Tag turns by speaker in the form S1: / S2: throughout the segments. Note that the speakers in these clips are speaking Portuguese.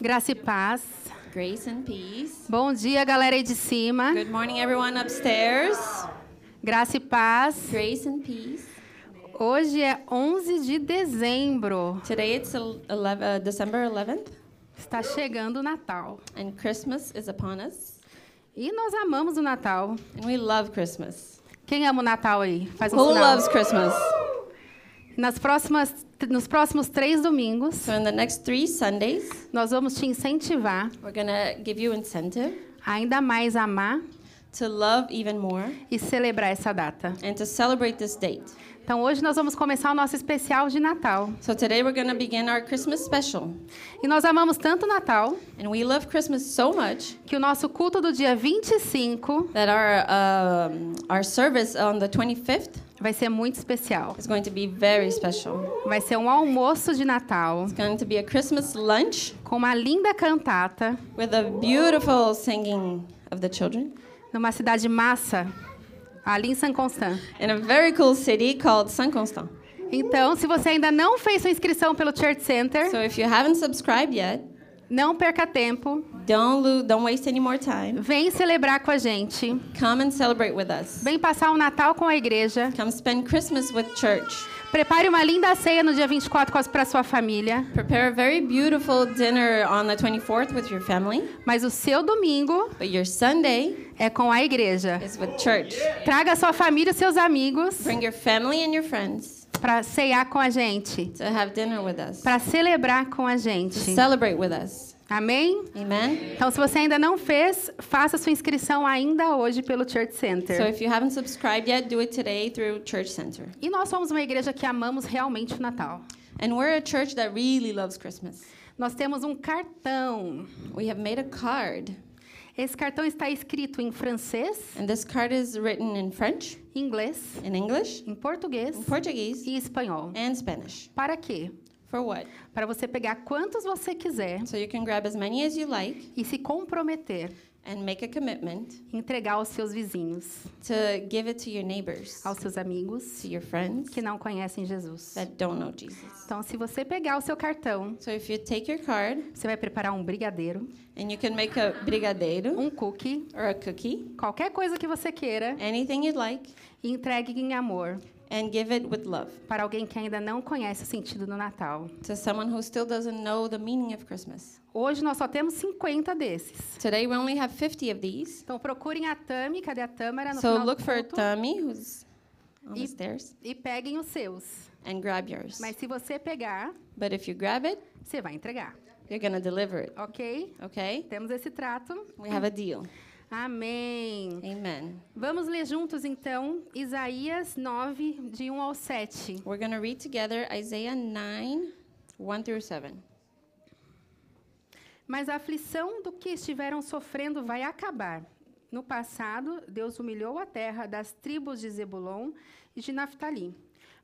S1: Graça e paz.
S2: Grace and peace.
S1: Bom dia, galera aí de cima.
S2: Good morning, everyone upstairs.
S1: Graça e paz.
S2: Grace and peace.
S1: Hoje é 11 de dezembro.
S2: Today it's el- elev- uh, December 11th,
S1: Está chegando o Natal.
S2: and Christmas is upon us.
S1: E nós amamos o Natal.
S2: And we love Christmas.
S1: Quem ama o Natal aí? Faz um
S2: Who
S1: sinal.
S2: loves Christmas?
S1: Nas próximas, nos próximos três domingos,
S2: So, in the next three Sundays,
S1: nós vamos te incentivar
S2: we're going to give you incentive
S1: ainda mais a amar
S2: to love even more
S1: e celebrar essa data.
S2: and to celebrate this date.
S1: Então, hoje nós vamos começar o nosso especial de Natal.
S2: So, today we're going to begin our Christmas special.
S1: E nós amamos tanto o Natal
S2: And we love Christmas so much
S1: que o nosso culto do dia 25
S2: that our, um, our service on the 25th
S1: vai ser muito especial.
S2: is going to be very special.
S1: Vai ser um almoço de Natal
S2: It's going to be a Christmas lunch
S1: com uma linda cantata
S2: with a beautiful singing of the children
S1: numa cidade massa, ali em San Constant.
S2: in a very cool city called Saint Constant.
S1: Então, se você ainda não fez sua inscrição pelo Church Center,
S2: So if you haven't subscribed yet,
S1: não perca tempo,
S2: don't lo- don't waste any more time.
S1: vem celebrar com a gente,
S2: Come and celebrate with us.
S1: vem passar o Natal com a igreja,
S2: Come spend Christmas with church.
S1: prepare uma linda ceia no dia 24 para sua família,
S2: Prepare a very beautiful dinner on the 24th with your family,
S1: mas o seu domingo
S2: but your Sunday
S1: é com a igreja.
S2: is with church.
S1: Traga a sua família e seus amigos
S2: Bring your family and your friends
S1: para ceiar com a gente,
S2: to have dinner with us.
S1: para celebrar com a
S2: To
S1: gente.
S2: celebrate with us.
S1: Amém?
S2: Amen.
S1: Então, se você ainda não fez, faça sua inscrição ainda hoje pelo Church Center.
S2: So if you haven't subscribed yet, do it today through Church Center.
S1: E nós somos uma igreja que amamos realmente o Natal.
S2: And we're a church that really loves Christmas.
S1: Nós temos um cartão.
S2: We have made a card,
S1: Esse cartão está escrito em francês,
S2: and this card is written in French,
S1: inglês,
S2: in English,
S1: em português
S2: in Portuguese,
S1: e espanhol.
S2: and Spanish.
S1: Para quê?
S2: For what?
S1: Para você pegar quantos você quiser
S2: So you can grab as many as you like
S1: e se comprometer
S2: and make a commitment
S1: a entregar aos seus vizinhos,
S2: to give it to your neighbors,
S1: aos seus amigos
S2: to your friends
S1: que não conhecem Jesus.
S2: that don't know Jesus.
S1: Então, se você pegar o seu cartão,
S2: So if you take your card
S1: você vai preparar um brigadeiro,
S2: and you can make a brigadeiro
S1: um cookie,
S2: or a cookie,
S1: qualquer coisa que você queira
S2: anything you'd like,
S1: e entregue em amor
S2: and give it with love
S1: para alguém que ainda não conhece o sentido do Natal.
S2: to someone who still doesn't know the meaning of Christmas.
S1: Hoje nós só temos 50 desses.
S2: Today we only have 50 of these.
S1: Então procurem a Tami, cadê a Tâmara? No
S2: So
S1: final do
S2: look for
S1: culto,
S2: Tommy, who's on the
S1: Eat.
S2: stairs,
S1: E peguem os seus.
S2: and grab yours.
S1: Mas se você pegar,
S2: But if you grab it,
S1: você vai entregar,
S2: you're gonna deliver it.
S1: ok?
S2: Okay?
S1: Temos esse trato.
S2: We have a deal.
S1: Amém.
S2: Amen.
S1: Vamos ler juntos, então, Isaías 9, de 1 ao 7.
S2: We're gonna read together Isaiah 9, 1 through 7.
S1: Mas a aflição do que estiveram sofrendo vai acabar. No passado, Deus humilhou a terra das tribos de Zebulon e de Naftali.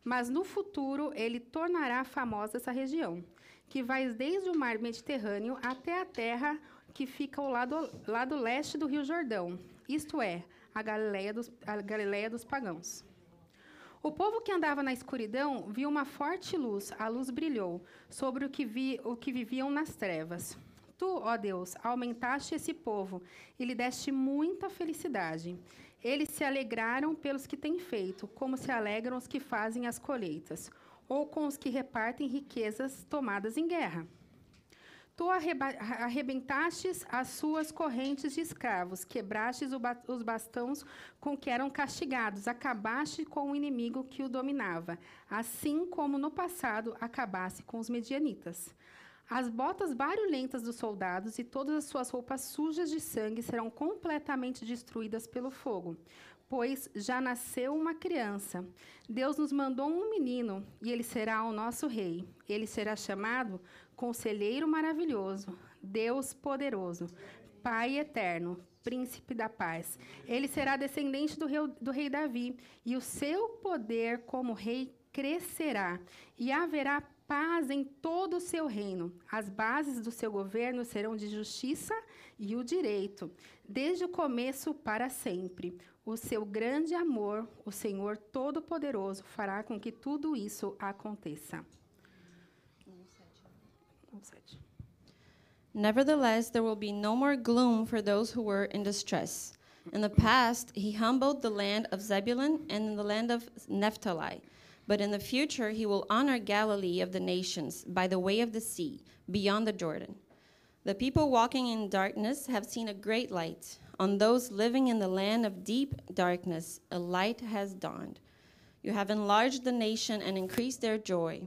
S1: Mas no futuro, ele tornará famosa essa região, que vai desde o mar Mediterrâneo até a terra que fica ao lado, lado leste do Rio Jordão, isto é, a Galileia dos, a Galileia dos pagãos. O povo que andava na escuridão viu uma forte luz, a luz brilhou sobre o que, vi, o que viviam nas trevas. Tu, ó Deus, aumentaste esse povo e lhe deste muita felicidade. Eles se alegraram pelos que têm feito, como se alegram os que fazem as colheitas, ou com os que repartem riquezas tomadas em guerra. Tu arreba- arrebentastes as suas correntes de escravos, quebrastes o ba- os bastões com que eram castigados, acabaste com o inimigo que o dominava, assim como no passado acabaste com os medianitas. As botas barulhentas dos soldados e todas as suas roupas sujas de sangue serão completamente destruídas pelo fogo, pois já nasceu uma criança. Deus nos mandou um menino e ele será o nosso rei. Ele será chamado Conselheiro Maravilhoso, Deus Poderoso, Pai Eterno, Príncipe da Paz. Ele será descendente do rei, do rei Davi e o seu poder como rei crescerá e haverá paz em todo o seu reino. As bases do seu governo serão de justiça e o direito, desde o começo para sempre. O seu grande amor, o Senhor Todo-Poderoso, fará com que tudo isso aconteça. Um, sete.
S2: Nevertheless, there will be no more gloom for those who were in distress. In the past, he humbled the land of Zebulun and the land of Naphtali. But in the future, he will honor Galilee of the nations by the way of the sea, beyond the Jordan. The people walking in darkness have seen a great light. On those living in the land of deep darkness, a light has dawned. You have enlarged the nation and increased their joy.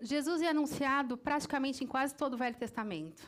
S1: Jesus é anunciado praticamente em quase todo o Velho Testamento.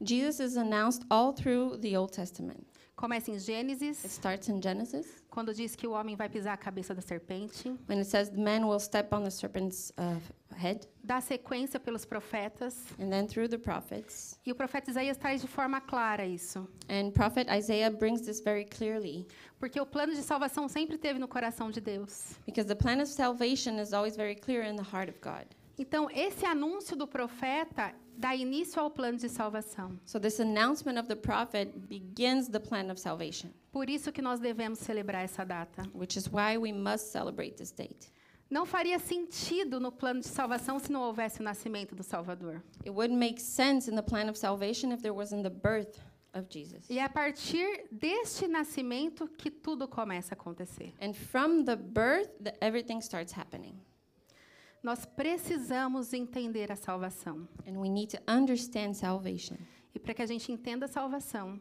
S2: Jesus is announced all through the Old Testament.
S1: Começa em
S2: It
S1: Gênesis,
S2: starts in Genesis
S1: quando diz que o homem vai pisar a cabeça da serpente.
S2: when it says, Man will step on the serpent's uh, head,
S1: Dá sequência pelos profetas.
S2: and then through the prophets.
S1: E o profeta Isaías traz de forma clara isso.
S2: And prophet Isaiah brings this very clearly
S1: Porque o plano de salvação sempre teve no coração de Deus.
S2: because the plan of salvation is always very clear in the heart of God.
S1: Então, esse anúncio do profeta dá início ao plano de salvação.
S2: So, this announcement of the prophet begins the plan of salvation,
S1: Por isso que nós devemos celebrar essa data.
S2: which is why we must celebrate this date.
S1: Não faria sentido no plano de salvação se não houvesse o nascimento do Salvador.
S2: It wouldn't make sense in the plan of salvation if there wasn't the birth of Jesus.
S1: E é a partir deste nascimento que tudo começa a acontecer.
S2: And from the birth, the, everything starts happening.
S1: Nós precisamos entender a salvação.
S2: And we need to understand salvation.
S1: E para que a gente entenda a salvação,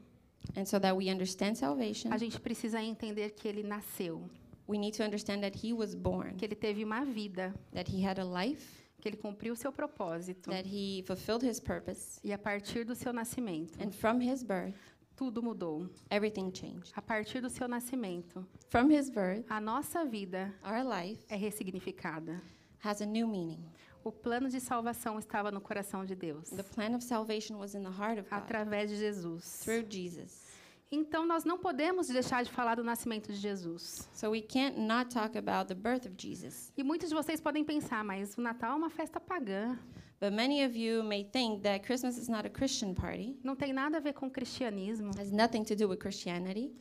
S2: And so that we understand
S1: a
S2: salvation,
S1: gente precisa entender que ele nasceu,
S2: we need to understand that he was born,
S1: que ele teve uma vida,
S2: that he had a life,
S1: que ele cumpriu o seu propósito.
S2: that he fulfilled his purpose.
S1: E a partir do seu nascimento,
S2: And from his birth,
S1: tudo mudou.
S2: everything changed.
S1: A partir do seu nascimento,
S2: From his birth,
S1: a nossa vida
S2: our life
S1: é ressignificada.
S2: has a new meaning.
S1: O plano de salvação estava no coração de Deus,
S2: The plan of salvation was in the heart of God
S1: através de Jesus.
S2: through Jesus.
S1: Então nós não podemos deixar de falar do nascimento de Jesus.
S2: So we can't not talk about the birth of Jesus.
S1: E muitos de vocês podem pensar, mas o Natal é uma festa pagã,
S2: But many of you may think that Christmas is not a Christian party,
S1: não tem nada a ver com o cristianismo.
S2: has nothing to do with Christianity.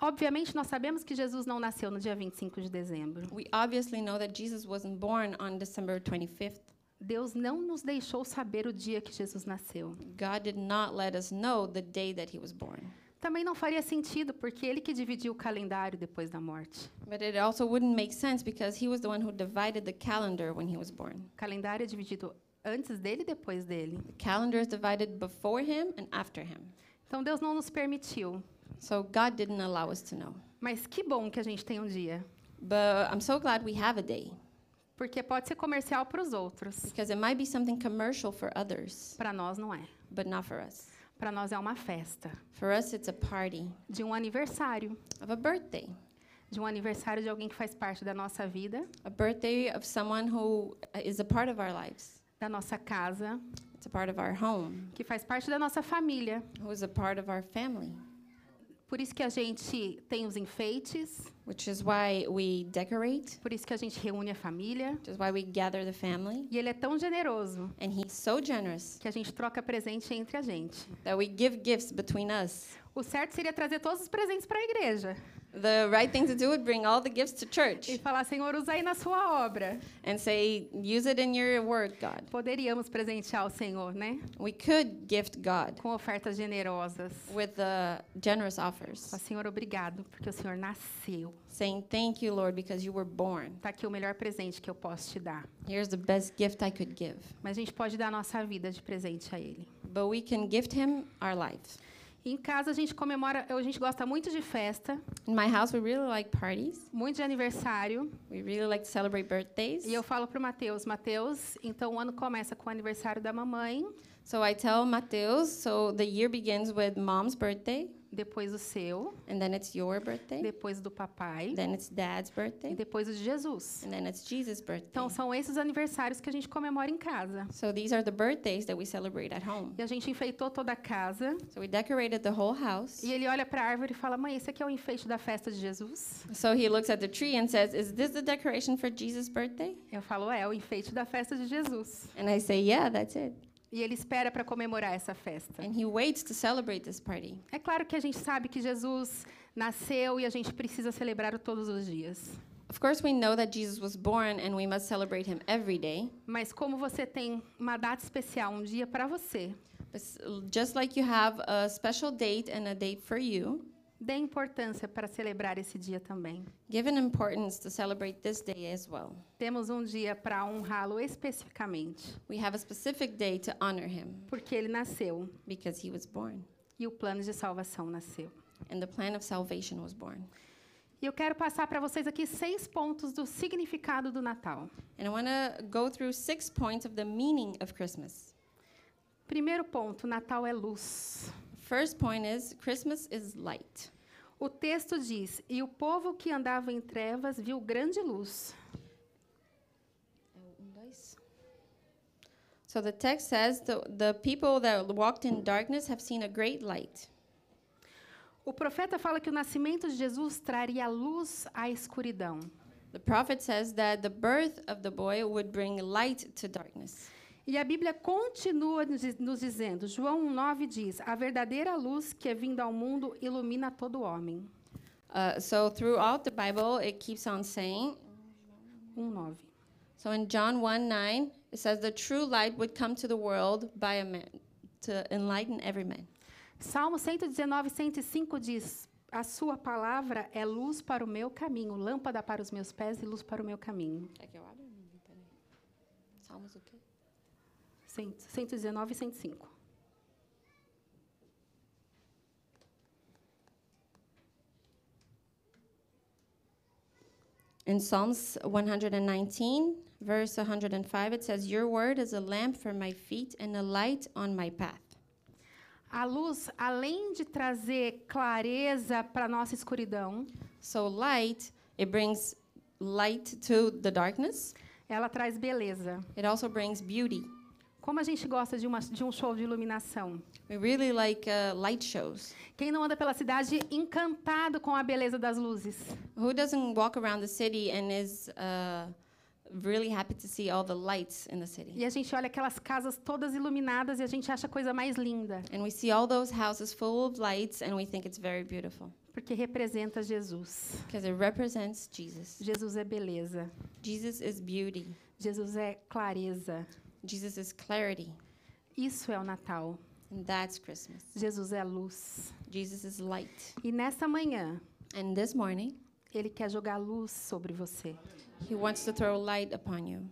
S1: Obviamente nós sabemos que Jesus não nasceu no dia 25 de dezembro.
S2: We obviously know that Jesus wasn't born on December 25th.
S1: Deus não nos deixou saber o dia que Jesus nasceu.
S2: God did not let us know the day that he was born.
S1: Também não faria sentido, porque ele que dividiu o calendário depois da morte.
S2: But it also wouldn't make sense because he was the one who divided the calendar when he was born.
S1: O calendário é dividido antes dele e depois dele.
S2: The calendar is divided before him and after him.
S1: Então Deus não nos permitiu.
S2: So God didn't allow us to know.
S1: Mas que bom que a gente tem um dia,
S2: But I'm so glad we have a day
S1: porque pode ser comercial para os outros.
S2: because it might be something commercial for others,
S1: Para nós não é.
S2: but not for us.
S1: Para nós é uma festa
S2: For us, it's a party
S1: de um aniversário,
S2: of a birthday,
S1: de um aniversário de alguém que faz parte da nossa vida,
S2: a birthday of someone who is a part of our lives.
S1: da nossa casa,
S2: It's a part of our home,
S1: que faz parte da nossa família.
S2: who is a part of our family,
S1: Por isso que a gente tem os enfeites,
S2: which is why we decorate,
S1: por isso que a gente reúne a família.
S2: which is why we gather the family.
S1: E ele é tão generoso
S2: And he's so generous
S1: que a gente troca presente entre a gente.
S2: that we give gifts between us.
S1: O certo seria trazer todos os presentes para a igreja
S2: The right thing to do would bring all the gifts to
S1: e
S2: church
S1: falar: Senhor, usa aí na sua obra.
S2: and say, use it in your word, God.
S1: Poderíamos presentear o Senhor, né?
S2: We could gift God
S1: Com ofertas generosas.
S2: with the generous offers,
S1: Ó, Senhor, obrigado, porque o Senhor nasceu.
S2: saying, Thank you, Lord, because you were born.
S1: Tá aqui o melhor presente que eu posso te dar.
S2: Here's the best gift I could give.
S1: Mas a gente pode dar a nossa vida de presente a Ele.
S2: but we can gift him our lives.
S1: Em casa a gente comemora, a gente gosta muito de festa,
S2: In my house, we really like parties.
S1: muito de aniversário.
S2: We really like to celebrate birthdays.
S1: E eu falo pro Matheus, Matheus, então o ano começa com o aniversário da mamãe,
S2: So I tell Mateus, so the year begins with mom's birthday,
S1: depois o seu,
S2: and then it's your birthday,
S1: depois do papai,
S2: then it's dad's
S1: e
S2: birthday,
S1: depois o de Jesus.
S2: and then it's Jesus' birthday.
S1: Então são esses aniversários que a gente comemora em casa.
S2: So these are the birthdays that we celebrate at home.
S1: E a gente enfeitou toda a casa.
S2: So we decorated the whole house.
S1: E ele olha para a árvore e fala: "Mãe, esse aqui é o enfeite da festa de Jesus?"
S2: So he looks at the tree and says, Is this the decoration for Jesus' birthday?
S1: Eu falo: "É, o enfeite da festa de Jesus."
S2: And I say, Yeah, that's it.
S1: E ele espera para comemorar essa festa.
S2: And he waits to celebrate this party.
S1: É claro que a gente sabe que Jesus nasceu e a gente precisa celebrá-lo todos os dias.
S2: Of course, we know that Jesus was born and we must celebrate him every day.
S1: Mas como você tem uma data especial, um dia para você,
S2: But s- just like you have a special date and a date for you,
S1: dê importância para celebrar esse dia também.
S2: give an importance to celebrate this day as well.
S1: Temos um dia para honrá-lo especificamente,
S2: We have a specific day to honor him
S1: porque ele nasceu
S2: because he was born
S1: e o plano de salvação nasceu.
S2: and the plan of salvation was born.
S1: E eu quero passar para vocês aqui seis pontos do significado do Natal.
S2: And I want to go through six points of the meaning of Christmas.
S1: Primeiro ponto, Natal é luz.
S2: First point is Christmas is light.
S1: O texto diz: "E o povo que andava em trevas viu grande luz".
S2: um, So the text says the, the people that walked in darkness have seen a great light.
S1: O profeta fala que o nascimento de Jesus traria luz à escuridão.
S2: The prophet says that the birth of the boy would bring light to darkness.
S1: E a Bíblia continua nos diz- nos dizendo, João 1,9 diz: A verdadeira luz que é vinda ao mundo ilumina todo homem.
S2: Uh, so throughout the Bible, it keeps on saying.
S1: 1,9.
S2: So in John 1 9, it says, The true light would come to the world by a man to enlighten every man.
S1: Salmo 119, 105 diz: A sua palavra é luz para o meu caminho, lâmpada para os meus pés e luz para o meu caminho. Cento- 119 e 105.
S2: In Psalms 119, verse 105, it says, Your word is a lamp for my feet and a light on my path.
S1: A luz, além de trazer clareza para a nossa escuridão,
S2: So light, it brings light to the darkness.
S1: ela traz beleza.
S2: It also brings beauty.
S1: Como a gente gosta de, uma- de um show de iluminação.
S2: We really like uh, light shows.
S1: Quem não anda pela cidade encantado com a beleza das luzes?
S2: Who doesn't walk around the city and is uh, really happy to see all the lights in the city?
S1: E a gente olha aquelas casas todas iluminadas e a gente acha a coisa mais linda,
S2: And we see all those houses full of lights and we think it's very beautiful
S1: porque representa Jesus.
S2: because it represents Jesus.
S1: Jesus é beleza.
S2: Jesus is beauty.
S1: Jesus é clareza.
S2: Jesus is clarity.
S1: Isso é o Natal.
S2: And that's Christmas.
S1: Jesus é luz.
S2: Jesus is light.
S1: E nessa manhã,
S2: And this morning,
S1: ele quer jogar luz sobre você.
S2: he wants to throw light upon you.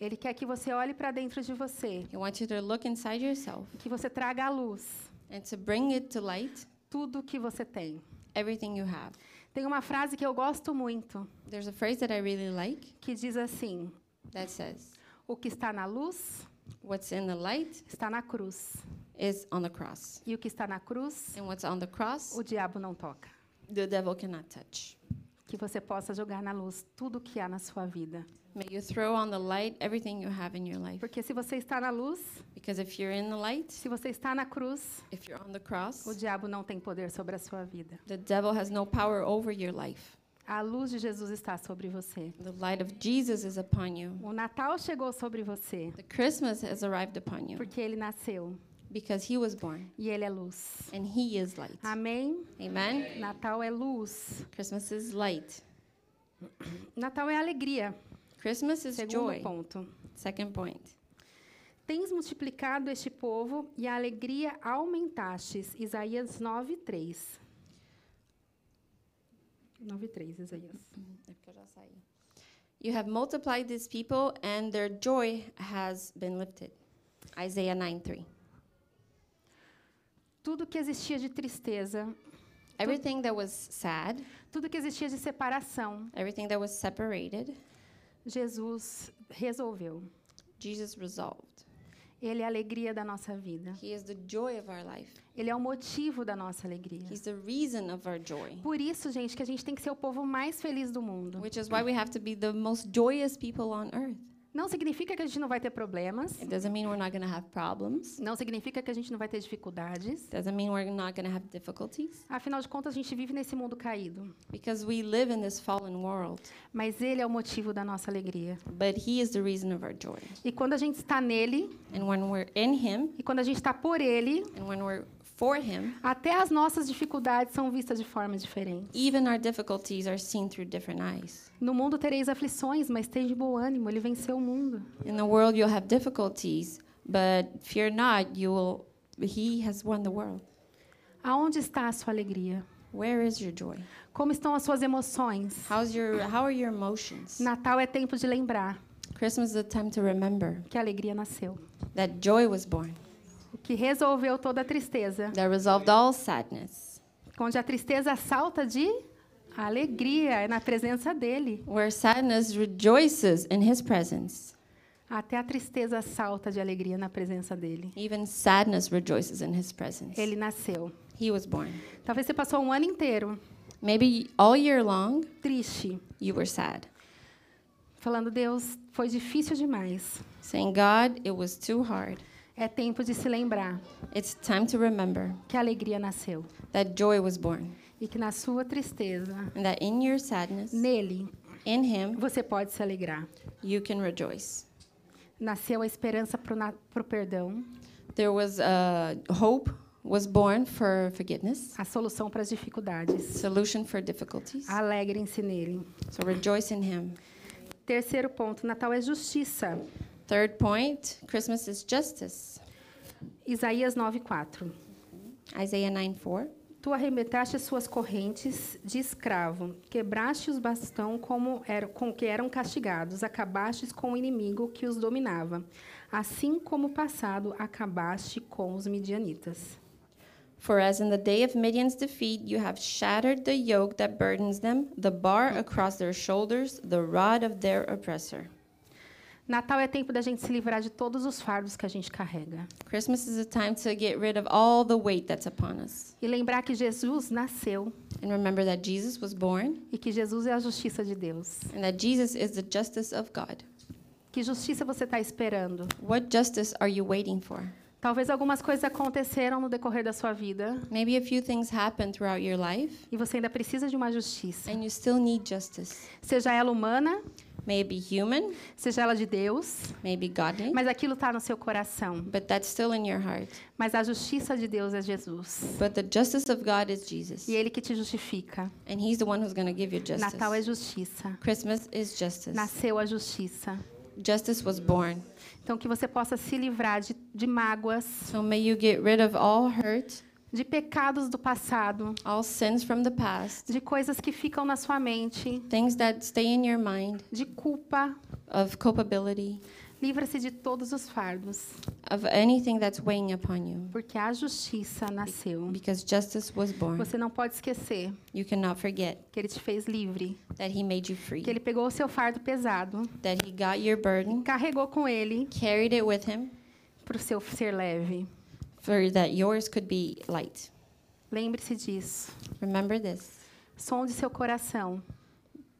S1: Ele quer que você olhe para dentro de você,
S2: He wants you to look inside yourself
S1: que você traga à luz
S2: and to bring it to light
S1: tudo o que você tem.
S2: everything you have.
S1: Tem uma frase que eu gosto muito,
S2: There's a phrase that I really like
S1: que diz assim:
S2: that says,
S1: O que está na luz
S2: What's in the light
S1: está na cruz.
S2: is on the cross.
S1: E o que está na cruz,
S2: And what's on the cross,
S1: o diabo não toca.
S2: the devil cannot touch.
S1: Que você possa jogar na luz tudo o que há na sua vida.
S2: May you throw on the light everything you have in your life.
S1: Porque se você está na luz,
S2: Because if you're in the light,
S1: se você está na cruz,
S2: if you're on the
S1: o
S2: cross,
S1: diabo não tem poder sobre a sua vida.
S2: the devil has no power over your life.
S1: A luz de Jesus está sobre você.
S2: The light of Jesus is upon you.
S1: O Natal chegou sobre você,
S2: The Christmas has arrived upon you
S1: porque ele nasceu
S2: because he was born
S1: e ele é luz.
S2: and he is light.
S1: Amém?
S2: Amen.
S1: Natal é luz.
S2: Christmas is light.
S1: Natal é alegria.
S2: Christmas is
S1: Segundo
S2: joy.
S1: ponto.
S2: Second point.
S1: Tens multiplicado este povo e a alegria aumentastes. Isaías 9, 3. 9, 3, Isaías.
S2: You have multiplied these people, and their joy has been lifted. Isaiah 9 3.
S1: Tudo que existia de tristeza,
S2: everything that was sad,
S1: tudo que existia de separação,
S2: everything that was separated,
S1: Jesus resolveu.
S2: Jesus resolved.
S1: Ele é a alegria da nossa vida.
S2: He is the joy of our life.
S1: Ele é o motivo da nossa alegria.
S2: He's the reason of our joy,
S1: Por isso, gente, que a gente tem que ser o povo mais feliz do mundo.
S2: which is why we have to be the most joyous people on earth.
S1: Não significa que a gente não vai ter problemas.
S2: It doesn't mean we're not going to have problems.
S1: Não significa que a gente não vai ter dificuldades.
S2: Doesn't mean we're not going to have difficulties
S1: Afinal de contas, a gente vive nesse mundo caído.
S2: because we live in this fallen world.
S1: Mas Ele é o motivo da nossa alegria.
S2: But He is the reason of our joy.
S1: E quando a gente está nele,
S2: And when we're in Him
S1: e quando a gente está por Ele,
S2: and when we're for Him,
S1: até as nossas dificuldades são vistas de forma diferente.
S2: even our difficulties are seen through different eyes.
S1: No mundo tereis aflições, mas tem de bom ânimo, Ele venceu o mundo.
S2: In the world, you'll have difficulties, but fear not, you will. He has won the world.
S1: Aonde está a sua alegria?
S2: Where is your joy?
S1: Como estão as suas emoções?
S2: How's your? How are your emotions?
S1: Natal é tempo de lembrar
S2: Christmas is a time to remember
S1: que a alegria nasceu.
S2: that joy was born,
S1: O que resolveu toda a tristeza.
S2: that resolved all sadness,
S1: Onde a tristeza salta de alegria, é na presença dele.
S2: where sadness rejoices in His presence.
S1: Até a tristeza salta de alegria na presença dele.
S2: Even sadness rejoices in His presence.
S1: Ele nasceu.
S2: He was born.
S1: Talvez você passou um ano inteiro
S2: Maybe all year long
S1: triste,
S2: you were sad,
S1: falando Deus, foi difícil demais.
S2: saying, "God, it was too hard."
S1: É tempo de se lembrar
S2: It's time to remember
S1: que a alegria nasceu
S2: that joy was born,
S1: e que na sua tristeza,
S2: and that in your sadness,
S1: nele,
S2: in Him,
S1: você pode se alegrar.
S2: you can rejoice.
S1: Nasceu a esperança pro, na, pro perdão,
S2: There was uh, hope was born for forgiveness,
S1: a solução para as dificuldades.
S2: solution for difficulties.
S1: Ah. Alegrem-se nele.
S2: So rejoice in Him.
S1: Terceiro ponto, Natal é justiça.
S2: Third point: Christmas is justice.
S1: Isaías 9:4.
S2: Isaiah 9 4.
S1: Tu arrebentaste as suas correntes de escravo, quebraste os bastão como era, com que eram castigados, acabastes com o inimigo que os dominava. Assim como o passado, acabaste com os midianitas.
S2: For as in the day of Midian's defeat, you have shattered the yoke that burdens them, the bar across their shoulders, the rod of their oppressor.
S1: Natal é tempo da gente se livrar de todos os fardos que a gente carrega.
S2: Christmas is a time to get rid of all the weight that's upon us.
S1: E lembrar que Jesus nasceu
S2: And remember that Jesus was born
S1: e que Jesus é a justiça de Deus.
S2: and that Jesus is the justice of God.
S1: Que justiça você está esperando?
S2: What justice are you waiting for?
S1: Talvez algumas coisas aconteceram no decorrer da sua vida
S2: Maybe a few things happen throughout your life
S1: e você ainda precisa de uma justiça.
S2: and you still need justice.
S1: Seja ela humana,
S2: May it be human,
S1: seja ela de Deus,
S2: may it be godly,
S1: mas aquilo está no seu coração.
S2: but that's still in your heart.
S1: Mas a justiça de Deus é Jesus.
S2: But the justice of God is Jesus,
S1: E Ele que te justifica.
S2: and He's the one who's going to give you justice.
S1: Natal é justiça.
S2: Christmas is justice.
S1: Nasceu a justiça.
S2: Justice was born.
S1: Então, que você possa se livrar de, de mágoas,
S2: So may you get rid of all hurt,
S1: de pecados do passado,
S2: all sins from the past,
S1: de coisas que ficam na sua mente,
S2: things that stay in your mind
S1: de culpa.
S2: of culpability,
S1: Livra-se de todos os fardos,
S2: of anything that's weighing upon you.
S1: porque a justiça nasceu.
S2: Because justice was born.
S1: Você não pode esquecer
S2: You cannot forget
S1: que ele te fez livre,
S2: that He made you free,
S1: que ele pegou o seu fardo pesado,
S2: that He got your burden,
S1: carregou com ele
S2: carried it with Him,
S1: para o seu ser leve.
S2: for that yours could be light.
S1: Lembre-se disso.
S2: Remember this.
S1: Sonde seu coração.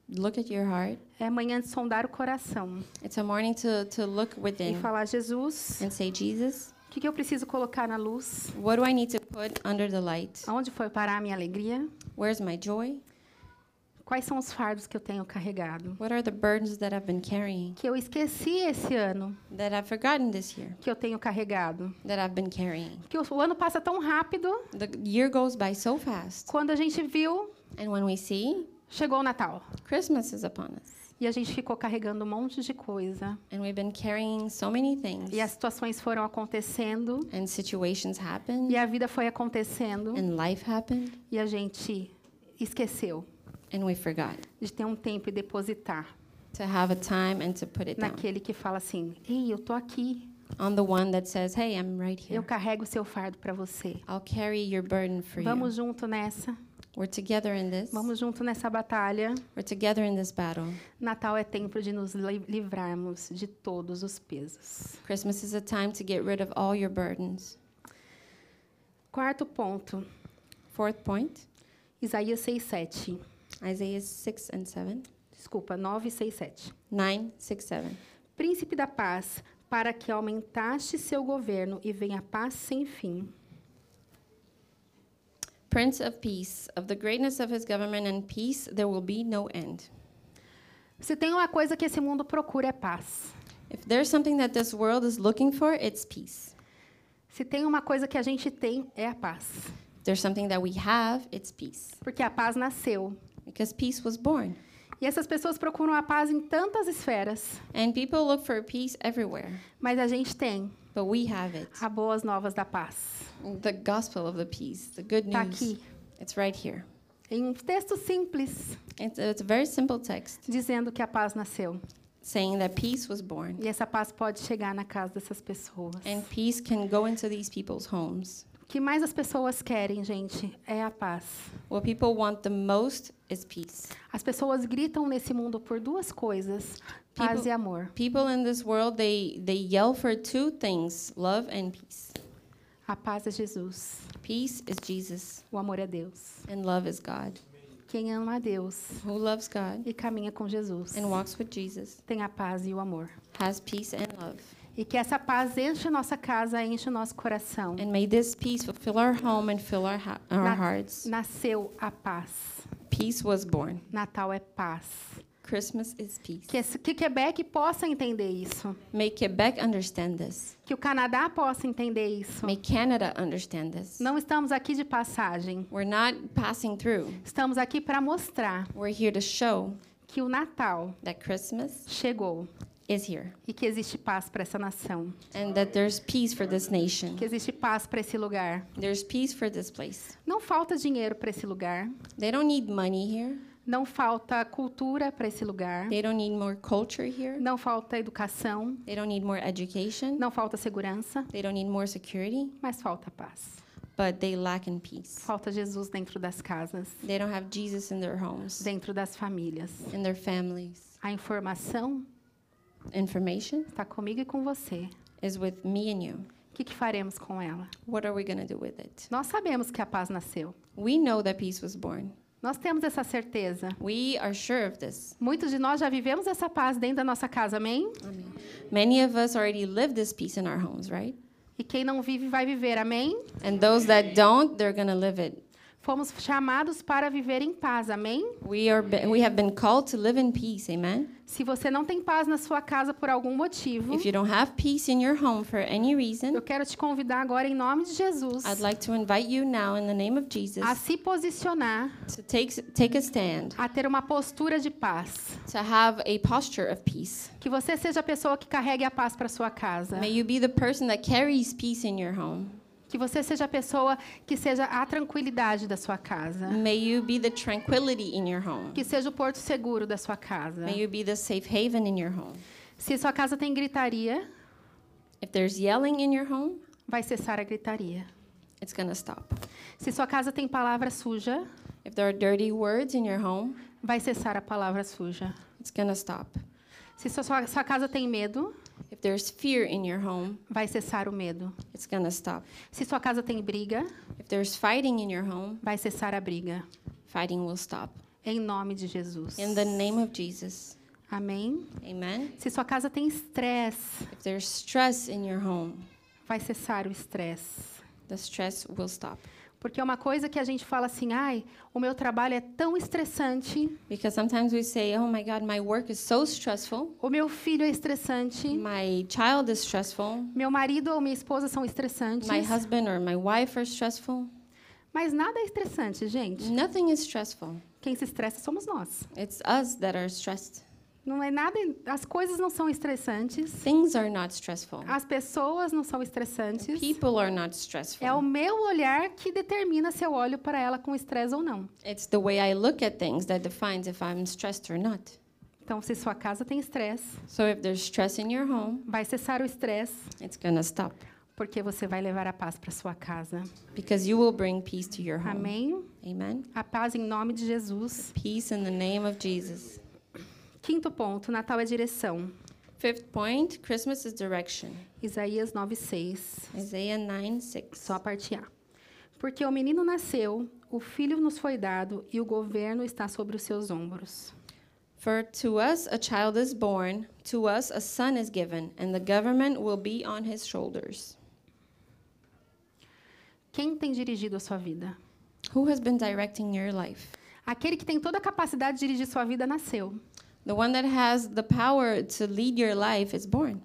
S2: Look at your heart.
S1: É manhã de sondar o coração
S2: It's a morning to, to look
S1: e
S2: within
S1: falar: Jesus,
S2: and say, Jesus,
S1: o que que eu preciso colocar na luz?
S2: what do I need to put under the light?
S1: Aonde foi parar a minha alegria?
S2: Where's my joy?
S1: Quais são os fardos que eu tenho carregado?
S2: What are the burdens that I've been carrying,
S1: Que eu esqueci esse ano
S2: that I've forgotten this year,
S1: que eu tenho carregado?
S2: that I've been carrying?
S1: Porque o ano passa tão rápido.
S2: The year goes by so fast.
S1: Quando a gente viu,
S2: And when we see,
S1: chegou o Natal.
S2: Christmas is upon us.
S1: E a gente ficou carregando um monte de coisa.
S2: And we've been carrying so many things.
S1: E as situações foram acontecendo,
S2: And situations happened,
S1: e a vida foi acontecendo,
S2: and life happened,
S1: e a gente esqueceu
S2: and we forgot
S1: de ter um tempo e depositar
S2: to have a time and to put it down.
S1: naquele que fala assim: "Ei, eu tô aqui.
S2: on the one that says, Hey, I'm right
S1: Eu
S2: here.
S1: carrego o seu fardo para você.
S2: I'll carry your burden for you.
S1: Vamos junto nessa.
S2: We're together in this.
S1: Vamos junto nessa batalha.
S2: We're together in this battle.
S1: Natal é tempo de nos li- livrarmos de todos os pesos.
S2: Christmas is a time to get rid of all your burdens.
S1: Quarto ponto,
S2: Fourth point
S1: Isaías 6, 7.
S2: Isaiah 6 and 7.
S1: Desculpa, 9, 6, 7.
S2: 9, 6, 7.
S1: Príncipe da paz, para que aumentaste seu governo e venha a paz sem fim.
S2: Prince of Peace, of the greatness of his government and peace, there will be no end.
S1: Se tem uma coisa que esse mundo procura é paz.
S2: If there's something that this world is looking for, it's peace.
S1: Se tem uma coisa que a gente tem é a paz.
S2: If there's something that we have, it's peace.
S1: Porque a paz nasceu.
S2: Because peace was born.
S1: E essas pessoas procuram a paz em tantas esferas,
S2: And people look for peace everywhere,
S1: mas a gente tem
S2: but we have it.
S1: a boas novas da paz.
S2: The gospel of the peace, the good
S1: Tá
S2: news.
S1: aqui.
S2: It's right here.
S1: Em um texto simples,
S2: It's, it's a very simple text
S1: dizendo que a paz nasceu.
S2: saying that peace was born.
S1: E essa paz pode chegar na casa dessas pessoas.
S2: And peace can go into these people's homes.
S1: O que mais as pessoas querem, gente, é a paz.
S2: What people want the most is peace.
S1: As pessoas gritam nesse mundo por duas coisas: paz
S2: People-
S1: e amor.
S2: People in this world, they, they yell for two things love and peace.
S1: A paz é Jesus,
S2: Peace is Jesus,
S1: o amor é Deus.
S2: and love is God.
S1: Quem ama a Deus
S2: Who loves God
S1: e caminha com Jesus
S2: and walks with Jesus
S1: tem a paz e o amor.
S2: has peace and love.
S1: E que essa paz enche nossa casa, enche o nosso coração.
S2: And may this peace fulfill our home and fill our, ha- our
S1: Nat-
S2: hearts.
S1: Nasceu a paz.
S2: Peace was born.
S1: Natal é paz.
S2: Christmas is peace.
S1: Que, esse- que Quebec possa entender isso.
S2: May Quebec understand this.
S1: Que o Canadá possa entender isso.
S2: May Canada understand this.
S1: Não estamos aqui de passagem.
S2: We're not passing through.
S1: Estamos aqui para mostrar
S2: We're here to show
S1: que o Natal
S2: that Christmas
S1: chegou
S2: is here
S1: e que existe paz para essa nação,
S2: and that there's peace for this nation.
S1: que existe paz para esse lugar.
S2: There's peace for this place.
S1: Não falta dinheiro para esse lugar,
S2: They don't need money here.
S1: não falta cultura para esse lugar,
S2: They don't need more culture here.
S1: não falta educação,
S2: They don't need more education.
S1: não falta segurança,
S2: They don't need more security,
S1: mas falta paz.
S2: but they lack in peace.
S1: Falta Jesus dentro das casas,
S2: They don't have Jesus in their homes,
S1: dentro das famílias.
S2: in their families.
S1: A informação
S2: Information
S1: está comigo e com você.
S2: is with me and you.
S1: O que, que faremos com ela?
S2: What are we going to do with it?
S1: Nós sabemos que a paz nasceu.
S2: We know that peace was born.
S1: Nós temos essa certeza.
S2: We are sure of this.
S1: Muitos de nós já vivemos essa paz dentro da nossa casa, amém?
S2: Amen. Many of us already live this peace in our homes, right?
S1: E quem não vive vai viver, amém?
S2: And those that don't, they're going to live it.
S1: Fomos chamados para viver em paz, amém?
S2: We are be- we have been called to live in peace, amen.
S1: Se você não tem paz na sua casa por algum motivo,
S2: If you don't have peace in your home for any
S1: eu
S2: reason,
S1: quero te convidar agora em nome de Jesus
S2: I'd like to invite you now in the name of Jesus
S1: a se posicionar,
S2: to take take a stand,
S1: a ter uma postura de paz.
S2: to have a posture of peace.
S1: Que você seja a pessoa que carregue a paz para sua casa.
S2: May you be the person that carries peace in your home.
S1: Que você seja a pessoa que seja a tranquilidade da sua casa.
S2: May you be the tranquility in your home.
S1: Que seja o porto seguro da sua casa.
S2: May you be the safe haven in your home.
S1: Se sua casa tem gritaria,
S2: If there's yelling in your home,
S1: vai cessar a gritaria.
S2: it's going to stop.
S1: Se sua casa tem palavra suja,
S2: If there are dirty words in your home,
S1: vai cessar a palavra suja.
S2: it's going to stop.
S1: Se sua- sua, sua casa tem medo,
S2: If there's fear in your home,
S1: vai cessar o medo.
S2: it's going to stop.
S1: Se sua casa tem briga,
S2: If there's fighting in your home,
S1: vai cessar a briga.
S2: fighting will stop.
S1: Em nome de Jesus.
S2: In the name of Jesus.
S1: Amém?
S2: Amen.
S1: Se sua casa tem estresse,
S2: If there's stress in your home,
S1: vai cessar o estresse.
S2: the stress will stop.
S1: Porque é uma coisa que a gente fala assim, ai, o meu trabalho é tão estressante,
S2: Because sometimes we say, oh my God, my work is so stressful.
S1: o meu filho é estressante,
S2: My child is stressful.
S1: meu marido ou minha esposa são estressantes.
S2: My husband or my wife are stressful.
S1: Mas nada é estressante, gente.
S2: Nothing is stressful.
S1: Quem se estressa somos nós.
S2: It's us that are stressed.
S1: Não é nada, as coisas não são estressantes,
S2: Things are not stressful.
S1: as pessoas não são estressantes.
S2: People are not
S1: É o
S2: stressful.
S1: meu olhar que determina se eu olho para ela com estresse ou não.
S2: It's the way I look at things that defines if I'm stressed or not.
S1: Então, se sua casa tem estresse,
S2: So if there's stress in your home,
S1: vai cessar o estresse,
S2: it's going to stop
S1: porque você vai levar a paz para sua casa.
S2: because you will bring peace to your home.
S1: Amém?
S2: Amen.
S1: A paz em nome de Jesus.
S2: Peace in the name of Jesus.
S1: Quinto ponto, Natal é direção.
S2: Fifth point, Christmas is direction.
S1: Isaías 9:6.
S2: Isaiah 9, 6.
S1: Só a parte A. Porque o menino nasceu, o filho nos foi dado e o governo está sobre os seus ombros.
S2: For to us a child is born, to us a son is given, and the government will be on his shoulders.
S1: Quem tem dirigido a sua vida?
S2: Who has been directing your life?
S1: Aquele que tem toda a capacidade de dirigir sua vida nasceu.
S2: The one that has the power to lead your life is born.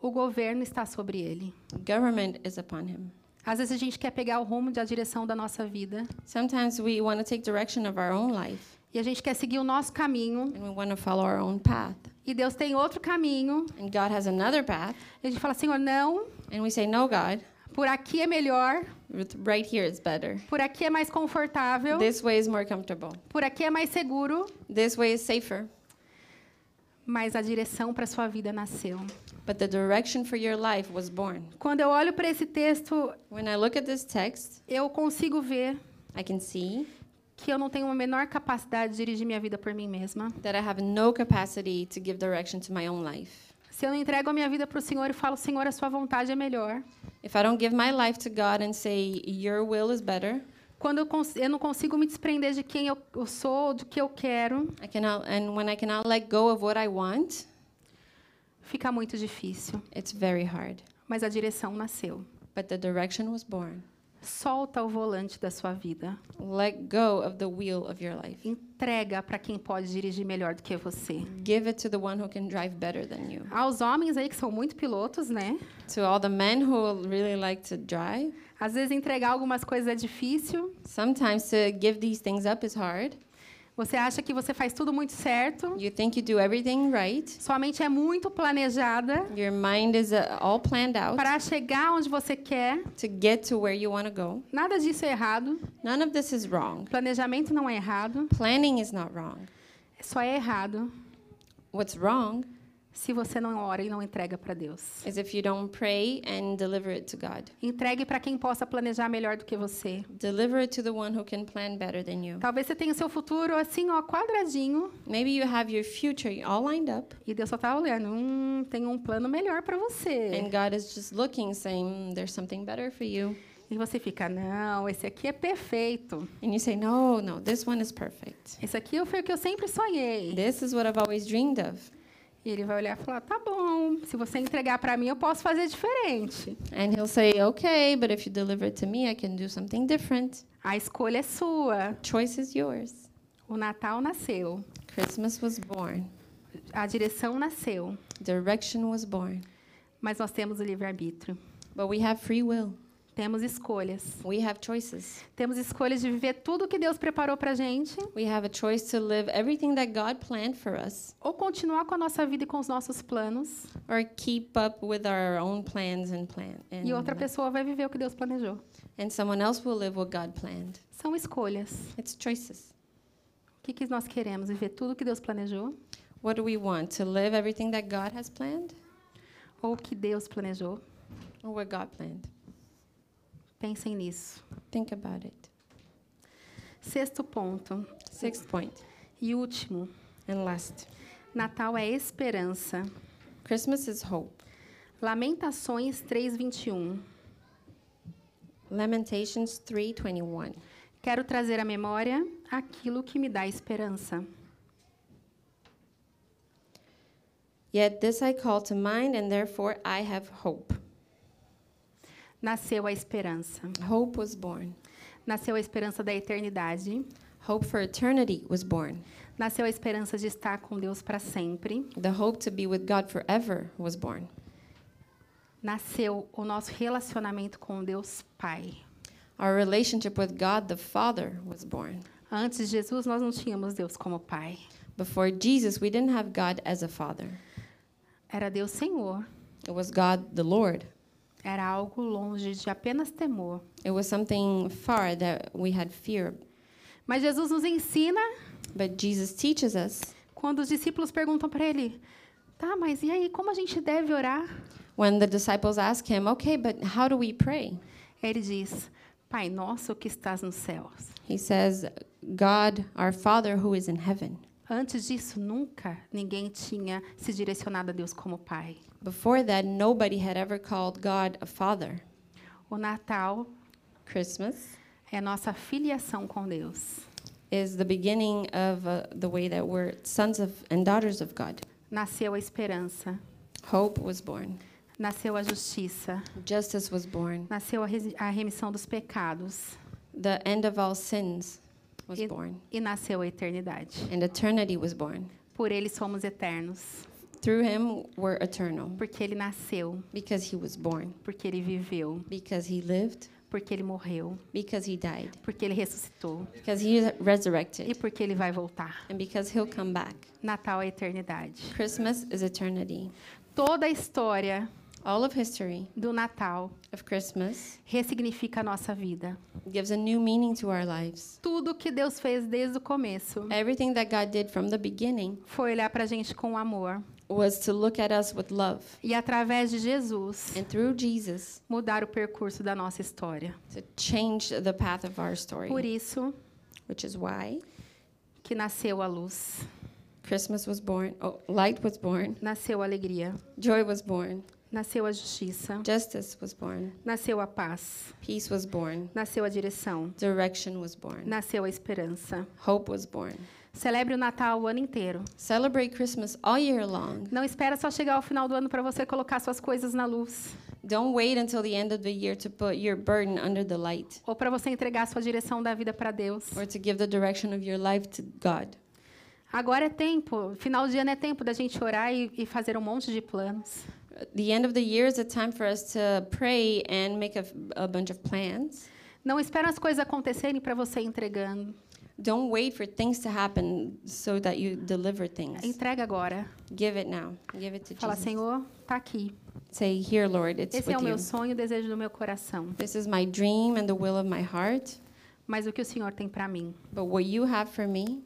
S1: O governo está sobre ele.
S2: Government is upon him.
S1: Às vezes a gente quer pegar o rumo da direção da nossa vida
S2: Sometimes we want to take direction of our own life
S1: e a gente quer seguir o nosso caminho
S2: and we want to follow our own path.
S1: e Deus tem outro caminho.
S2: And God has another path,
S1: E a gente fala, Senhor, não,
S2: and we say, No, God,
S1: por aqui é melhor,
S2: with- right here is better.
S1: por aqui é mais confortável,
S2: This way is more comfortable.
S1: por aqui é mais seguro,
S2: This way is safer.
S1: mas a direção para sua vida nasceu.
S2: But the direction for your life was born.
S1: Quando eu olho para esse texto,
S2: When I look at this text,
S1: eu consigo ver
S2: I can see
S1: que eu não tenho a menor capacidade de dirigir minha vida por mim mesma.
S2: that I have no capacity to give direction to my own life.
S1: Se eu não entrego a minha vida para o Senhor e falo, Senhor, a sua vontade é melhor.
S2: If I don't give my life to God and say, Your will is better,
S1: Quando eu, cons- eu não consigo me desprender de quem eu, eu sou, do que eu quero,
S2: I cannot, and when I cannot let go of what I want,
S1: fica muito difícil.
S2: it's very hard.
S1: Mas a direção nasceu.
S2: But the direction was born.
S1: Solta o volante da sua vida.
S2: Let go of the wheel of your life.
S1: Entrega para quem pode dirigir melhor do que você.
S2: Give it to the one who can drive better than you.
S1: Aos homens aí que são muito pilotos, né?
S2: To all the men who really like to drive,
S1: Às vezes entregar algumas coisas é difícil.
S2: sometimes to give these things up is hard.
S1: Você acha que você faz tudo muito certo,
S2: You think you do everything right,
S1: sua mente é muito planejada
S2: your mind is uh, all planned out
S1: para chegar onde você quer.
S2: to get to where you want to go.
S1: Nada disso é errado.
S2: None of this is wrong.
S1: Planejamento não é errado.
S2: Planning is not wrong.
S1: Só é errado
S2: What's wrong
S1: se você não ora e não entrega para Deus.
S2: is if you don't pray and deliver it to God.
S1: Entregue para quem possa planejar melhor do que você.
S2: Deliver it to the one who can plan better than you.
S1: Talvez você tenha o seu futuro assim, ó, quadradinho,
S2: Maybe you have your future all lined up,
S1: e Deus só tá olhando, hum, tem um plano melhor para você.
S2: and God is just looking, saying, "Mm, There's something better for you.
S1: E você fica, não, esse aqui é perfeito.
S2: And you say, No, no, this one is perfect.
S1: Esse aqui foi o que eu sempre sonhei.
S2: This is what I've always dreamed of.
S1: E ele vai olhar e falar, tá bom, se você entregar para mim, eu posso fazer diferente.
S2: And He'll say, Okay, but if you deliver it to me, I can do something different.
S1: A escolha é sua.
S2: Choice is yours.
S1: O Natal nasceu,
S2: Christmas was born,
S1: a direção nasceu,
S2: direction was born,
S1: mas nós temos o livre-arbítrio.
S2: but we have free will.
S1: Temos escolhas.
S2: We have choices.
S1: Temos escolhas de viver tudo que Deus preparou pra gente
S2: We have a choice to live everything that God planned for us
S1: ou continuar com a nossa vida e com os nossos planos.
S2: or keep up with our own plans and plan and,
S1: E outra pessoa vai viver o que Deus planejou.
S2: and someone else will live what God planned.
S1: São escolhas.
S2: It's choices.
S1: O que, que nós queremos? Viver tudo o que Deus planejou?
S2: What do we want? To live everything that God has planned
S1: Ou o que Deus planejou?
S2: or what God planned?
S1: Pensem nisso.
S2: Think about it.
S1: Sexto ponto
S2: Sixth point
S1: e último:
S2: and last.
S1: Natal é esperança.
S2: Christmas is hope.
S1: Lamentações 3:21.
S2: Lamentations 3:21.
S1: Quero trazer à memória aquilo que me dá esperança.
S2: Yet this I call to mind and therefore I have hope.
S1: Nasceu a esperança.
S2: Hope was born.
S1: Nasceu a esperança da eternidade.
S2: Hope for eternity was born.
S1: Nasceu a esperança de estar com Deus para sempre.
S2: The hope to be with God forever was born.
S1: Nasceu o nosso relacionamento com Deus Pai.
S2: Our relationship with God the Father was born.
S1: Antes de Jesus, nós não tínhamos Deus como Pai.
S2: Before Jesus, we didn't have God as a Father,
S1: Era Deus Senhor.
S2: it was God the Lord.
S1: Era algo longe de apenas temor.
S2: It was something far that we had fear.
S1: Mas Jesus nos ensina
S2: But Jesus teaches us
S1: com Quando os discípulos perguntam para ele, tá, mas e aí, como a gente deve orar?
S2: When the disciples ask him, okay, but how do we pray?
S1: Ele diz, Pai nosso que estás nos céus.
S2: He says, God, our Father who is in heaven.
S1: Antes disso, nunca ninguém tinha se direcionado a Deus como Pai.
S2: Before that, nobody had ever called God a father.
S1: O Natal
S2: Christmas
S1: é nossa filiação com Deus.
S2: is the beginning of uh, the way that we're sons of and daughters of God.
S1: Nasceu a esperança,
S2: Hope was born.
S1: nasceu a justiça,
S2: Justice was born.
S1: nasceu a, resi- a remissão dos pecados
S2: The end of all sins was
S1: e,
S2: born.
S1: e nasceu a eternidade.
S2: And eternity was born.
S1: Por ele somos eternos,
S2: Through him we're eternal
S1: porque ele nasceu,
S2: because he was born,
S1: porque ele viveu,
S2: because he lived,
S1: porque ele morreu,
S2: because he died,
S1: porque ele ressuscitou
S2: because he is
S1: e
S2: resurrected,
S1: porque ele vai voltar.
S2: and because he'll come back.
S1: Natal é eternidade.
S2: Christmas is eternity.
S1: Toda a história
S2: All of history
S1: do Natal
S2: of Christmas
S1: ressignifica a nossa vida.
S2: gives a new meaning to our lives.
S1: Tudo que Deus fez desde o começo
S2: Everything that God did from the beginning
S1: foi olhar para a gente com amor
S2: was to look at us with love.
S1: e, através de Jesus,
S2: and through Jesus
S1: mudar o percurso da nossa história.
S2: to change the path of our
S1: Por
S2: story,
S1: isso
S2: which is why
S1: que nasceu a luz,
S2: Christmas was born, oh, light was born,
S1: nasceu a alegria,
S2: joy was born,
S1: nasceu a justiça,
S2: justice was born,
S1: nasceu a paz,
S2: peace was born,
S1: nasceu a direção,
S2: direction was born,
S1: nasceu a esperança.
S2: hope was born.
S1: Celebre o Natal o ano inteiro.
S2: Celebrate Christmas all year long.
S1: Não espera só chegar ao final do ano para você colocar suas coisas na luz
S2: Don't wait until the end of the year to put your burden under the light
S1: ou para você entregar a sua direção da vida para Deus.
S2: or to give the direction of your life to God.
S1: Agora é tempo, final de ano é tempo da gente orar e, e fazer um monte de planos.
S2: The end of the year is a time for us to pray and make a, a bunch of plans.
S1: Não espera as coisas acontecerem para você ir entregando.
S2: Don't wait for things to happen so that you deliver things.
S1: Entrega agora.
S2: Give it now. Give it to
S1: Fala,
S2: Jesus.
S1: Senhor, tá aqui.
S2: Say, Here, Lord, it's
S1: Esse é
S2: with
S1: o meu
S2: you.
S1: sonho, o desejo do meu coração.
S2: This is my dream and the will of my heart.
S1: Mas o que o Senhor tem para mim?
S2: But what you have for me,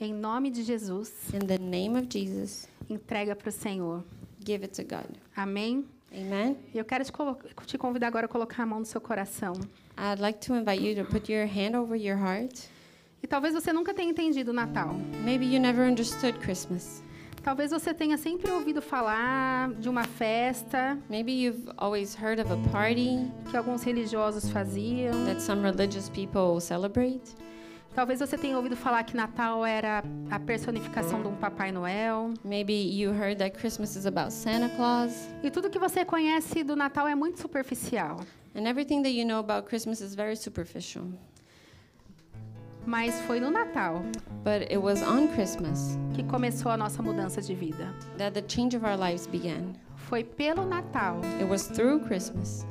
S1: Em nome de Jesus,
S2: in the name of Jesus,
S1: entrega para o Senhor.
S2: give it to God.
S1: Amém?
S2: Amen.
S1: E eu quero te, colo- te convidar agora a colocar a mão no seu coração.
S2: I'd like to invite you to put your hand over your heart.
S1: E talvez você nunca tenha entendido o Natal.
S2: Maybe you never understood Christmas.
S1: Talvez você tenha sempre ouvido falar de uma festa
S2: Maybe you've always heard of a party
S1: que alguns religiosos faziam.
S2: that some religious people celebrate.
S1: Talvez você tenha ouvido falar que Natal era a personificação de um Papai Noel.
S2: Maybe you heard that Christmas is about Santa Claus.
S1: E tudo que você conhece do Natal é muito superficial.
S2: And everything that you know about Christmas is very superficial.
S1: Mas foi no Natal
S2: But it was on Christmas
S1: que começou a nossa mudança de vida.
S2: that the change of our lives began.
S1: Foi pelo Natal
S2: It was through Christmas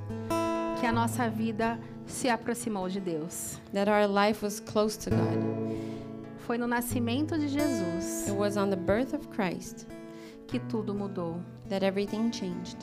S1: que a nossa vida se aproximou de Deus.
S2: that our life was close to God.
S1: Foi no nascimento de
S2: It
S1: Jesus
S2: was on the birth of Christ
S1: que tudo mudou.
S2: that everything changed.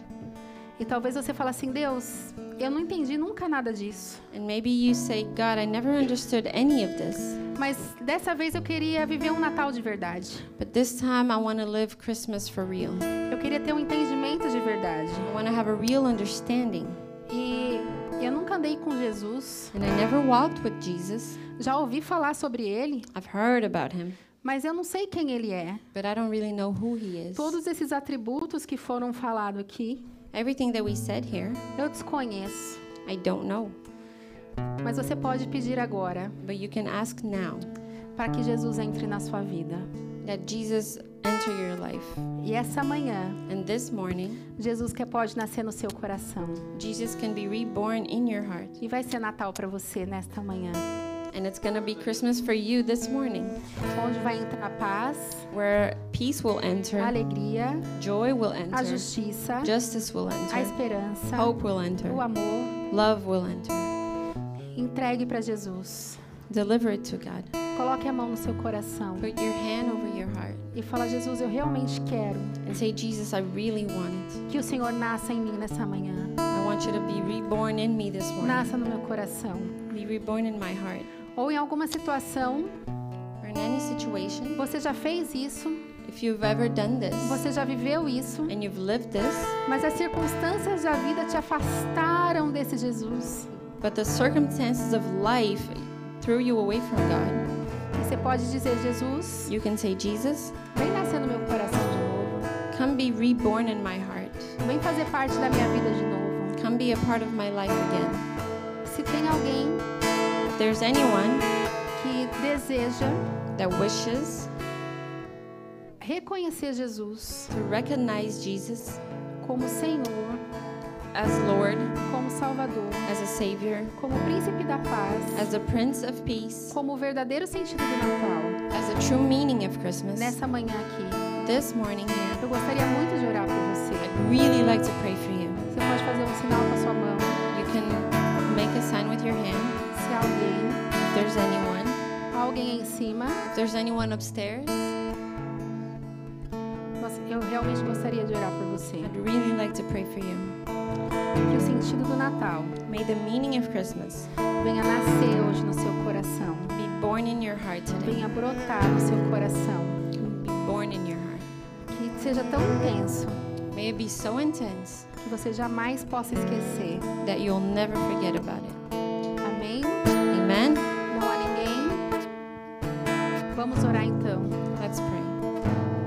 S1: E talvez você fale assim: Deus, eu não entendi nunca nada disso,
S2: And maybe you say, God, I never understood any of this,
S1: mas dessa vez eu queria viver um Natal de verdade.
S2: but this time I want to live Christmas for real.
S1: Eu queria ter um entendimento de verdade.
S2: I want to have a real understanding.
S1: E eu nunca andei com Jesus,
S2: And I never walked with Jesus.
S1: já ouvi falar sobre ele,
S2: I've heard about him,
S1: mas eu não sei quem ele é.
S2: but I don't really know who he is.
S1: Todos esses atributos que foram falados aqui,
S2: Everything that we said here,
S1: eu desconheço.
S2: I don't know.
S1: Mas você pode pedir agora
S2: But you can ask now
S1: para que Jesus entre na sua vida.
S2: that Jesus enter your life.
S1: E essa manhã,
S2: And this morning,
S1: Jesus que pode nascer no seu coração.
S2: Jesus can be reborn in your heart.
S1: E vai ser Natal para você nesta manhã,
S2: And it's going to be Christmas for you this morning,
S1: onde vai entrar a paz,
S2: where peace will
S1: a
S2: enter,
S1: alegria,
S2: joy will
S1: a
S2: enter,
S1: justiça,
S2: justice will
S1: a
S2: enter,
S1: esperança,
S2: hope will
S1: o
S2: enter,
S1: amor.
S2: love will enter.
S1: Entregue para Jesus.
S2: Deliver it to God.
S1: Coloque a mão no seu coração
S2: Put your hand over your heart
S1: e fala: Jesus, eu realmente quero
S2: and say, Jesus, I really want it.
S1: que o Senhor nasça em mim nessa manhã.
S2: I want you to be reborn in me this morning.
S1: Nasça no meu coração.
S2: Be reborn in my heart.
S1: Ou em alguma situação
S2: Or or in any situation,
S1: Você já fez isso,
S2: if you've ever done this
S1: você já viveu isso,
S2: and you've lived this,
S1: mas as circunstâncias da vida te afastaram desse Jesus.
S2: but the circumstances of life threw you away from God,
S1: E Você pode dizer, Jesus,
S2: you can say, Jesus,
S1: vem nascer no meu coração de novo,
S2: come be reborn in my heart.
S1: vem fazer parte da minha vida de novo.
S2: Come be a part of my life again.
S1: Se tem alguém
S2: If there's anyone
S1: que deseja
S2: that wishes
S1: reconhecer Jesus
S2: to recognize Jesus
S1: como Senhor,
S2: as Lord,
S1: como Salvador,
S2: as a Savior,
S1: como Príncipe da Paz,
S2: as a Prince of Peace,
S1: como o verdadeiro sentido do Natal,
S2: as a true meaning of Christmas,
S1: nessa manhã aqui,
S2: this morning here,
S1: eu gostaria muito de orar por você.
S2: I'd really like to pray for you.
S1: Você pode fazer um sinal com a sua mão
S2: You can make a sign with your hand
S1: se há alguém,
S2: if there's anyone.
S1: há alguém em cima.
S2: If there's anyone upstairs,
S1: Nossa, eu realmente gostaria de orar por você.
S2: I'd really like to pray for you.
S1: Que o sentido do Natal
S2: May the meaning of Christmas
S1: venha nascer hoje no seu coração,
S2: be born in your heart today.
S1: venha brotar no seu coração,
S2: Be born in your heart.
S1: que seja tão intenso
S2: May it be so intense
S1: que você jamais possa esquecer.
S2: that you'll never forget about it.
S1: Amém?
S2: Amen.
S1: Não há ninguém? Vamos orar então.
S2: Let's pray.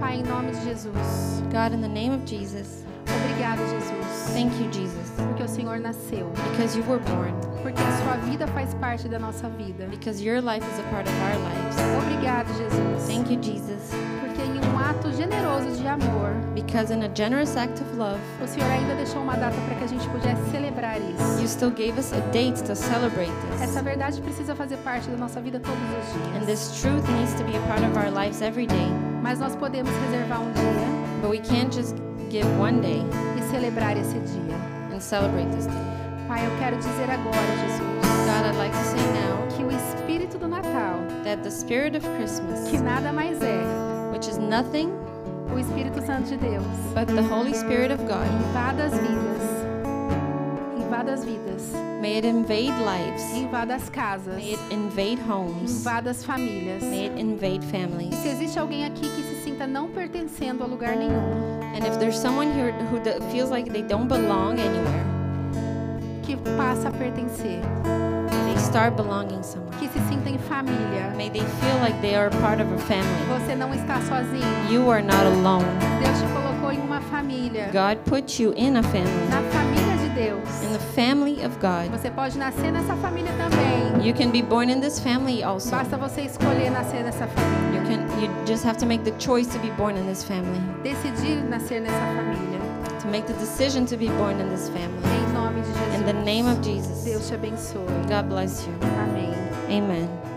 S1: Pai, em nome de Jesus.
S2: God, in the name of Jesus,
S1: Obrigado, Jesus.
S2: thank you, Jesus,
S1: Porque o Senhor nasceu.
S2: because you were born,
S1: Porque a sua vida faz parte da nossa vida.
S2: because your life is a part of our lives.
S1: Obrigado, Jesus.
S2: Thank you, Jesus,
S1: Porque em um ato generoso de amor,
S2: because in a generous act of love,
S1: o Senhor ainda deixou uma data para que a gente pudesse celebrar isso.
S2: you still gave us a date to celebrate this.
S1: Essa verdade precisa fazer parte da nossa vida todos os dias.
S2: And this truth needs to be a part of our lives every day.
S1: Mas nós podemos reservar um dia
S2: But we can't just give one day
S1: e celebrar esse dia.
S2: and celebrate this day.
S1: Pai, eu quero dizer agora, Jesus,
S2: God, I'd like to say now
S1: que o espírito do Natal,
S2: that the spirit of
S1: que
S2: Christmas,
S1: nada mais é
S2: which is nothing
S1: o Espírito Santo de Deus,
S2: but the Holy Spirit of God,
S1: invada as vidas, invada as vidas,
S2: may it invade lives,
S1: invada as casas,
S2: may it invade homes,
S1: invada as famílias.
S2: may it invade
S1: E se
S2: families.
S1: existe alguém aqui que se sinta não pertencendo a lugar nenhum,
S2: And if there's someone here who d- feels like they don't belong anywhere,
S1: que passa a pertencer,
S2: may they start belonging somewhere.
S1: que se sinta em família,
S2: May they feel like they are part of a family.
S1: você não está sozinho.
S2: You are not alone.
S1: Deus te colocou em uma família,
S2: God put you in a family,
S1: na família de Deus.
S2: in the family of God.
S1: Você pode nascer nessa família também.
S2: You can be born in this family also.
S1: Basta você escolher nascer nessa família,
S2: You can you just have to make the choice to be born in this family.
S1: decidir nascer nessa família.
S2: To make the decision to be born in this family.
S1: Em nome de Jesus.
S2: In the name of
S1: Deus
S2: Jesus.
S1: te abençoe.
S2: God bless you.
S1: Amém.
S2: Amen.